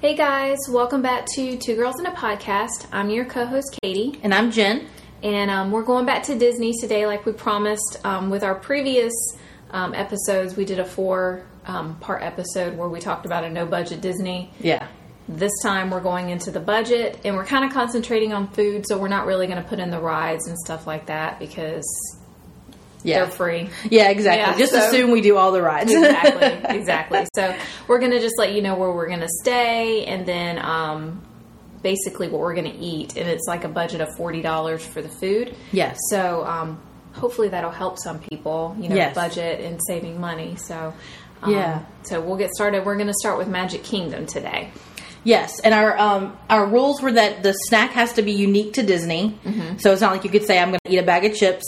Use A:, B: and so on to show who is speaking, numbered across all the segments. A: Hey guys, welcome back to Two Girls in a Podcast. I'm your co host, Katie,
B: And I'm Jen.
A: and um, we're going back to Disney today, like we promised um, with our previous um, episodes. We did a four um, part episode where we talked about a no budget Disney.
B: Yeah.
A: This time we're going into the budget and we're kind of concentrating on food, so we're not really going to put in the rides and stuff like that because
B: Yeah.
A: they're free.
B: Yeah, exactly.
A: Yeah,
B: just
A: so-
B: assume we do all the rides.
A: exactly exactly so we're gonna just let you know where we're gonna stay and then um, basically what we're gonna eat and it's like a budget of $40 for the food
B: Yes.
A: so um, hopefully that'll help some people you know
B: Yes.
A: budget and saving money so um,
B: Yeah.
A: so we'll get started we're gonna start with magic kingdom today
B: yes. And our um, our rules were that the snack has to be unique to Disney. So it's not like you could say I'm going to eat a bag of chips.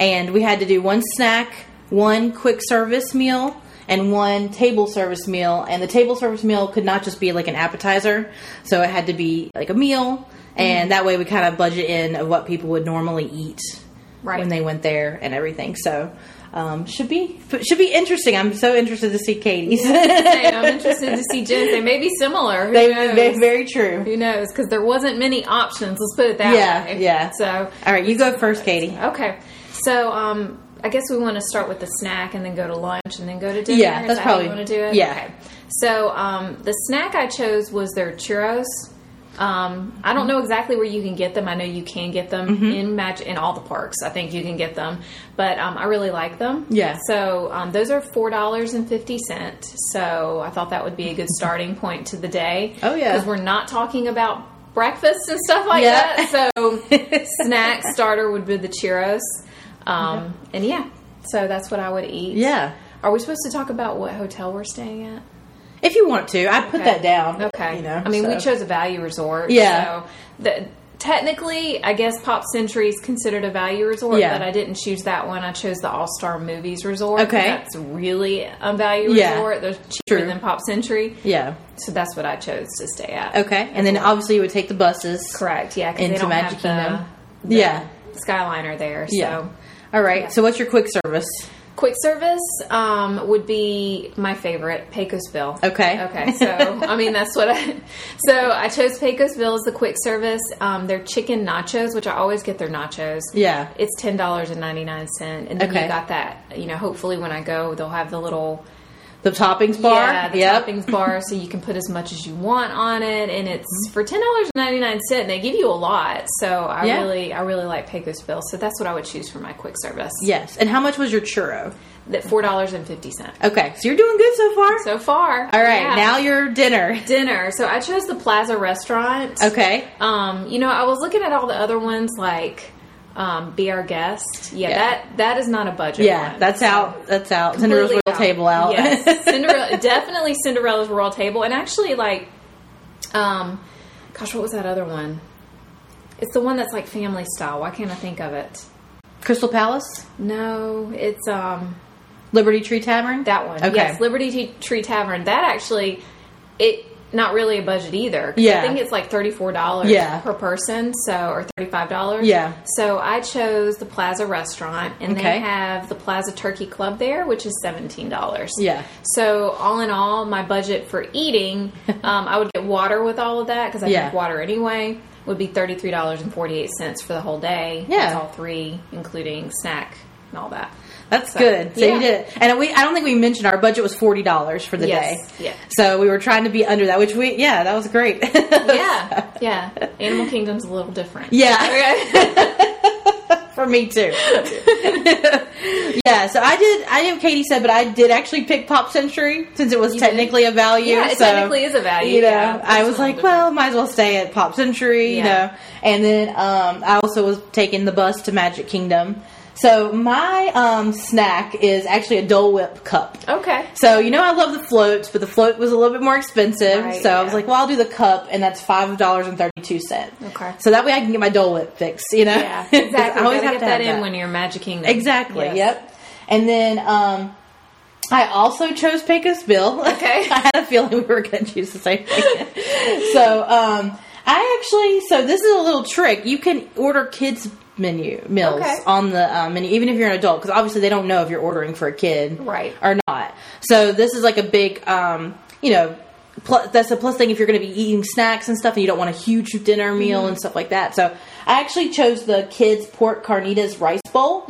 B: And we had to do one snack, one quick service meal, and one table service meal. And the table service meal could not just be like an appetizer. So it had to be like a meal. And that way we kind of budget in of what people would normally eat.
A: Right.
B: when they went there and everything. So um, should be should be interesting. I'm so interested to see Katie's.
A: Hey, i'm interested to see Jen's. they may be similar Who
B: They-
A: knows?
B: they- very true.
A: who knows because there wasn't many options let's put it that
B: Yeah,
A: way
B: yeah.
A: so
B: All right, you go first, Katie.
A: Okay. So, um, I guess we want to start with the snack and then go to lunch and then go to dinner.
B: Yeah,
A: Is
B: that's
A: that how you
B: probably-
A: want to do it.
B: yeah.
A: Okay. So, um, the snack I chose was their churros. Um, I don't know exactly where you can get them. I know you can get them
B: Mm-hmm.
A: in match in all the parks. I think you can get them, but um, I really like them.
B: Yeah.
A: So um, those are four dollars and fifty cent. So I thought that would be a good starting point to the day.
B: Oh, yeah.
A: Because we're not talking about breakfast and stuff like
B: Yeah.
A: that. So snack starter would be the churros, um, and yeah, so that's what I would eat.
B: Yeah.
A: Are we supposed to talk about what hotel we're staying at?
B: If you want to, I put that down.
A: Okay.
B: You know,
A: I mean, we
B: so.
A: chose a value resort.
B: Yeah.
A: So the, technically, I guess Pop Century is considered a value resort,
B: Yeah.
A: but I didn't choose that one. I chose the All Star Movies Resort. 'cause
B: Okay.
A: That's really a value
B: Yeah.
A: resort. They're cheaper
B: True.
A: than Pop Century.
B: Yeah.
A: So that's what I chose to stay at.
B: Okay. And then obviously you would take the buses.
A: Correct. Yeah. 'cause they
B: Into
A: don't
B: Magic
A: have
B: Kingdom.
A: The, the
B: Yeah.
A: Skyliner there. So.
B: Yeah. All right. So what's your quick service?
A: Quick service um, would be my favorite, Pecosville.
B: Okay.
A: Okay. So I mean, that's what I. So I chose Pecosville as the quick service. Um, their chicken nachos, which I always get their nachos.
B: Yeah.
A: It's ten dollars and ninety nine cent, and then you
B: Okay.
A: got that. You know, hopefully when I go, they'll have the little
B: The toppings bar.
A: yeah, the
B: yep.
A: toppings bar, so you can put as much as you want on it, and
B: Mm-hmm.
A: it's for ten dollars and ninety nine cent. They give you a lot, so I
B: Yeah.
A: really, I really like Pecosville. So that's what I would choose for my quick service.
B: Yes. And how much was your churro?
A: that four dollars and fifty cent.
B: Okay. So you're doing good so far.
A: So far.
B: All right.
A: yeah.
B: Now your dinner.
A: dinner. So I chose the Plaza restaurant.
B: Okay.
A: Um, you know, I was looking at all the other ones like um, Be Our Guest. Yeah,
B: Yeah.
A: that that is not a budget.
B: Yeah.
A: one.
B: That's out. That's out. Cinderella's
A: Completely
B: royal table out.
A: Yes. Cinderella definitely Cinderella's Royal Table and actually like um gosh, what was that other one? It's the one that's like family style. Why can't I think of it?
B: Crystal Palace.
A: No, it's um
B: Liberty Tree Tavern?
A: That one.
B: Okay.
A: Yes, Liberty T- Tree Tavern. That actually, it not really a budget either. 'cause
B: Yeah.
A: I think it's like thirty four dollars
B: Yeah.
A: per person, so or thirty five dollars.
B: Yeah.
A: So I chose the Plaza Restaurant, and they
B: Okay.
A: have the Plaza Turkey Club there, which is seventeen dollars.
B: Yeah.
A: So all in all, my budget for eating, um, I would get water with all of that because I
B: Yeah.
A: drink water anyway. Would be thirty three dollars and forty eight cents for the whole day.
B: Yeah.
A: That's all three, including snack and all that.
B: That's
A: So,
B: good. So
A: yeah.
B: you did it. And we I don't think we mentioned our budget was forty dollars for the
A: Yes,
B: day.
A: yeah.
B: So we were trying to be under that, which we yeah, that was great.
A: yeah, yeah. Animal Kingdom's a little different.
B: yeah.
A: Okay.
B: For me too. yeah, so I did I knew Katie said, but I did actually pick Pop Century since it was
A: You did?
B: technically a value.
A: Yeah, it
B: so,
A: technically is a value,
B: You know,
A: yeah. It's
B: I
A: a
B: was
A: little
B: like,
A: different.
B: well, might as well stay at Pop Century, you
A: Yeah.
B: know. And then um, I also was taking the bus to Magic Kingdom. So my um, snack is actually a Dole Whip cup.
A: okay.
B: So you know I love the floats, but the float was a little bit more expensive.
A: Right,
B: so I was
A: yeah.
B: like, well, I'll do the cup, and that's five dollars and thirty two cent.
A: Okay.
B: So that way I can get my Dole Whip fix. You know.
A: Yeah, exactly.
B: 'Cause I always
A: Gotta
B: have
A: get
B: to
A: that
B: have
A: in
B: that.
A: when you're Magic Kingdom.
B: Exactly.
A: Yes.
B: Yep. And then um, I also chose Pecos Bill.
A: Okay.
B: I had a feeling we were going to choose the same thing. so um, I actually so this is a little trick. You can order kids menu meals
A: Okay.
B: on the um, menu even if you're an adult because obviously they don't know if you're ordering for a kid
A: Right.
B: or not. So this is like a big um, you know Plus, that's a plus thing if you're going to be eating snacks and stuff, and you don't want a huge dinner meal and stuff like that. So I actually chose the kids' pork carnitas rice bowl.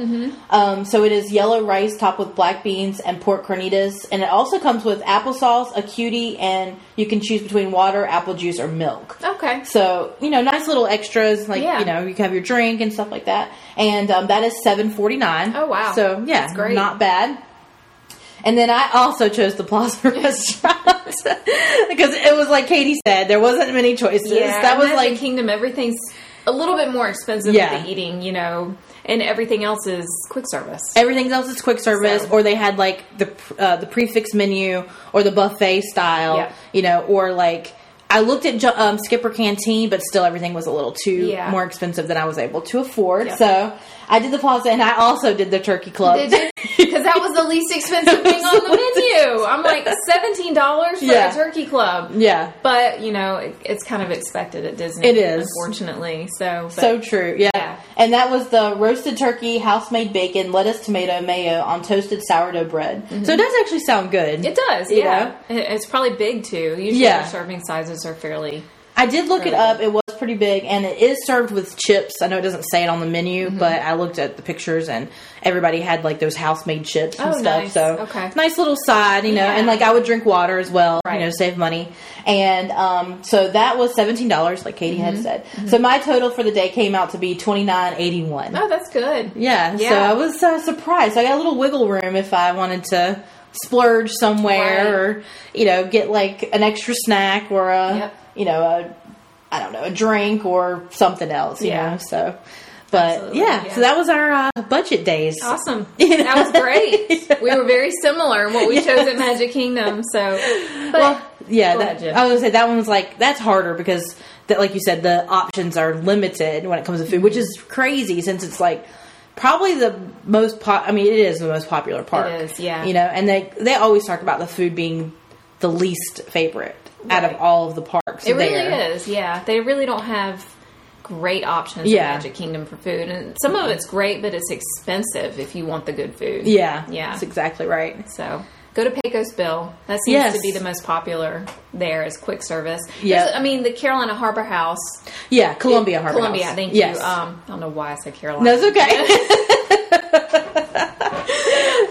B: Um, so it is yellow rice topped with black beans and pork carnitas, and it also comes with applesauce, a cutie, and you can choose between water, apple juice, or milk.
A: Okay.
B: So you know, nice little extras like
A: Yeah.
B: you know you can have your drink and stuff like that. And um, that is seven forty nine.
A: Oh, wow.
B: So yeah,
A: That's great.
B: not bad. And then I also chose the Plaza restaurant because it was like Katie said, there wasn't many choices.
A: Yeah,
B: that was like
A: Kingdom. Everything's a little bit more expensive
B: Yeah.
A: with the eating, you know, and everything else is quick service.
B: everything else is quick service,
A: So-
B: or they had like the uh, the prefix menu or the buffet style,
A: Yeah.
B: you know, or like. I looked at Ju- um, Skipper Canteen, but still everything was a little too
A: Yeah.
B: more expensive than I was able to afford.
A: Yeah.
B: So I did the plaza, and I also did the Turkey Club.
A: Because that was the least expensive thing on the menu. I'm like seventeen dollars for
B: Yeah.
A: a turkey club.
B: Yeah.
A: But you know, it, it's kind of expected at Disney.
B: It is.
A: unfortunately. So, but-
B: So true, yeah.
A: Yeah.
B: And that was the roasted turkey, house made bacon, lettuce, tomato, mayo on toasted sourdough bread. So it does actually sound good.
A: Mm-hmm. it does.
B: You
A: Yeah, It- it's probably big too. Usually,
B: Yeah.
A: their serving sizes are fairly.
B: I did look it
A: Really
B: up. It was pretty big, and it is served with chips. I know it doesn't say it on the menu,
A: Mm-hmm.
B: but I looked at the pictures, and everybody had like those house made chips and
A: Oh,
B: stuff.
A: nice.
B: So
A: Okay.
B: nice little side, you know.
A: Yeah.
B: And like I would drink water as well,
A: Right.
B: you know, save money. And um, so that was seventeen dollars, like Katie
A: Mm-hmm.
B: had said. So my total for the day came out to be twenty nine eighty one.
A: Oh, that's good.
B: Yeah, so
A: Yeah.
B: I was uh, surprised. I got a little wiggle room if I wanted to splurge somewhere
A: Right.
B: or, you know, get like an extra snack or a,
A: Yep.
B: you know, a, I don't know, a drink or something else, you
A: Yeah.
B: know, so. But
A: Absolutely,
B: yeah,
A: yeah.
B: so that was our uh, budget days.
A: Awesome. That was great. We were very similar in what we chose at Magic Kingdom. So, but
B: Well, yeah,
A: Go
B: that,
A: ahead, Jen.
B: I was gonna say that one was like that's harder because that, like you said, the options are limited when it comes to food, which
A: Mm-hmm.
B: is crazy since it's like probably the most. Po- I mean, it is the most popular park.
A: It is, yeah.
B: You know, and they they always talk about the food being the least favorite out of
A: Right.
B: all of the parks.
A: it really
B: there.
A: is. Yeah. They really don't have great options
B: Yeah.
A: at Magic Kingdom for food. And some of it's great, but it's expensive if you want the good food.
B: Yeah,
A: Yeah.
B: that's exactly right.
A: So go to Pecos Bill. That seems
B: Yes.
A: to be the most popular there is quick service. There's-
B: Yeah.
A: I mean, the Carolina Harbor House.
B: Yeah, Columbia Harbor.
A: Columbia,
B: House.
A: thank
B: yes.
A: you. Um, I don't know why I said Carolina.
B: no, it's okay.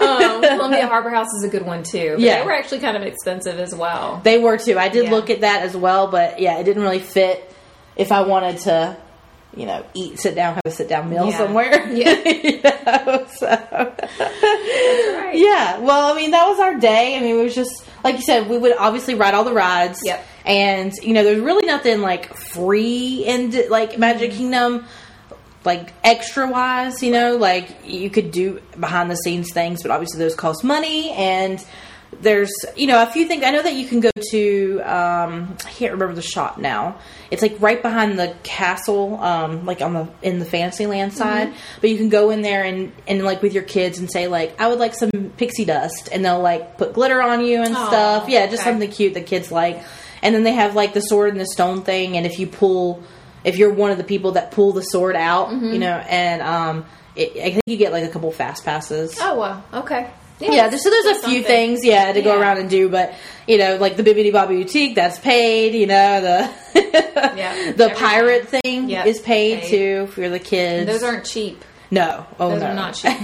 A: um, Columbia Harbor House is a good one too. But
B: Yeah.
A: They were actually kind of expensive as well.
B: they were too. I did
A: Yeah.
B: look at that as well, but yeah, it didn't really fit if I wanted to, you know, eat, sit down, have a sit down meal
A: Yeah.
B: somewhere.
A: Yeah.
B: You know, so.
A: Right.
B: Yeah. Well, I mean, that was our day. I mean, it was just like you said, we would obviously ride all the rides.
A: Yep.
B: And you know, there's really nothing like free in like Magic
A: Mm-hmm.
B: Kingdom, like extra wise. You know, like you could do behind the scenes things, but obviously those cost money. And there's you know a few things. I know that you can go to. Um, I can't remember the shop now. It's like right behind the castle, um, like on the in the Fantasyland
A: Mm-hmm.
B: side. But you can go in there and and like with your kids and say like, I would like some pixie dust, and they'll like put glitter on you and
A: Oh,
B: stuff. Yeah, just
A: okay.
B: something cute the kids like. And then they have like the sword and the stone thing, and if you pull, if you're one of the people that pull the sword out, you know, and um, it, I think you get like a couple fast passes.
A: Oh wow. Okay.
B: Yeah, there's, so there's a few things, yeah, to go
A: Yeah.
B: around and do, but you know, like the Bibbidi Bobbidi Boutique, that's paid. You know, the
A: Yeah,
B: the
A: everything.
B: pirate thing
A: Yep,
B: is paid,
A: paid.
B: too if you're the kids.
A: Those aren't cheap.
B: no, oh
A: Those
B: no,
A: are not cheap.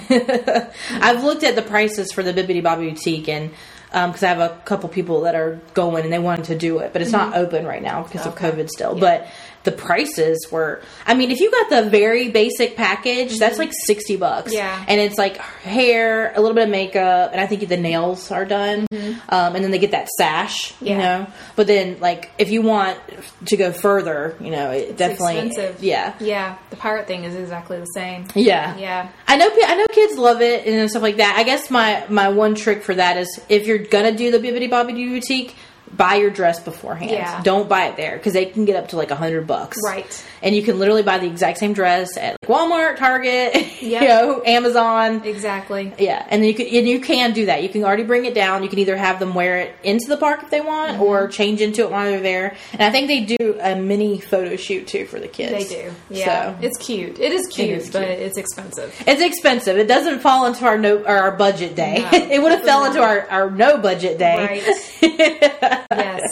B: I've looked at the prices for the Bibbidi Bobbidi Boutique and because I have a couple people that are going and they wanted to do it, but it's not open right now because
A: Mm-hmm. Okay.
B: of COVID still.
A: Yeah.
B: But the prices were, I mean, if you got the very basic package, that's like 60 bucks.
A: Mm-hmm. Yeah.
B: And it's like hair, a little bit of makeup, and I think the nails are done. Um, and then they get that sash,
A: Mm-hmm.
B: you
A: Yeah.
B: know? But then, like, if you want to go further, you know, it definitely.
A: expensive.
B: Yeah.
A: Yeah, the pirate thing is exactly the same.
B: Yeah.
A: Yeah.
B: I know. pe- I know kids love it and stuff like that. I guess my my one trick for that is if you're gonna do the Bibbidi Bobbidi Boutique, buy your dress beforehand.
A: Yeah.
B: Don't buy it there because they can get up to like a hundred bucks.
A: Right.
B: And you can literally buy the exact same dress at like Walmart, Target,
A: Yep.
B: you know, Amazon.
A: Exactly.
B: Yeah, and then you can and you can do that. You can already bring it down. You can either have them wear it into the park if they want,
A: Mm-hmm.
B: or change into it while they're there. And I think they do a mini photo shoot too for the
A: They
B: kids.
A: do. Yeah.
B: So.
A: It's cute. It is cute,
B: is
A: but
B: cute.
A: it's expensive.
B: It's expensive. It doesn't fall into our no or our budget day.
A: No.
B: it would have fell into our, our no budget day.
A: Right. yes.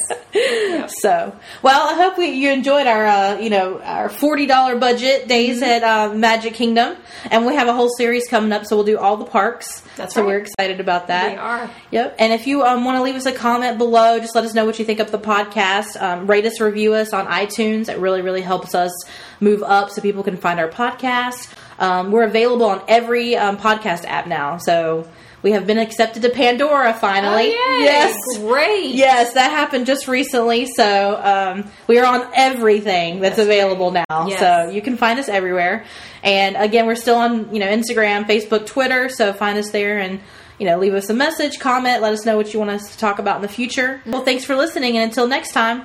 B: So, well, I hope we, you enjoyed our, uh, you know, our forty dollar budget days
A: Mm-hmm.
B: at uh, Magic Kingdom, and we have a whole series coming up. So we'll do all the parks.
A: That's
B: so
A: right.
B: we're excited about that.
A: We are.
B: Yep. And if you um, want to leave us a comment below, just let us know what you think of the podcast. Um, rate us, review us on iTunes. It really, really helps us move up so people can find our podcast. Um, we're available on every um, podcast app now. So we have been accepted to Pandora finally.
A: Oh, yay.
B: Yes.
A: Great.
B: Yes, that happened just recently. So um, we are on everything that's, available now.
A: Yes.
B: So you can find us everywhere. And again, we're still on you know Instagram, Facebook, Twitter. So find us there and you know leave us a message, comment, let us know what you want us to talk about in the future. Well, thanks for listening, and until next time.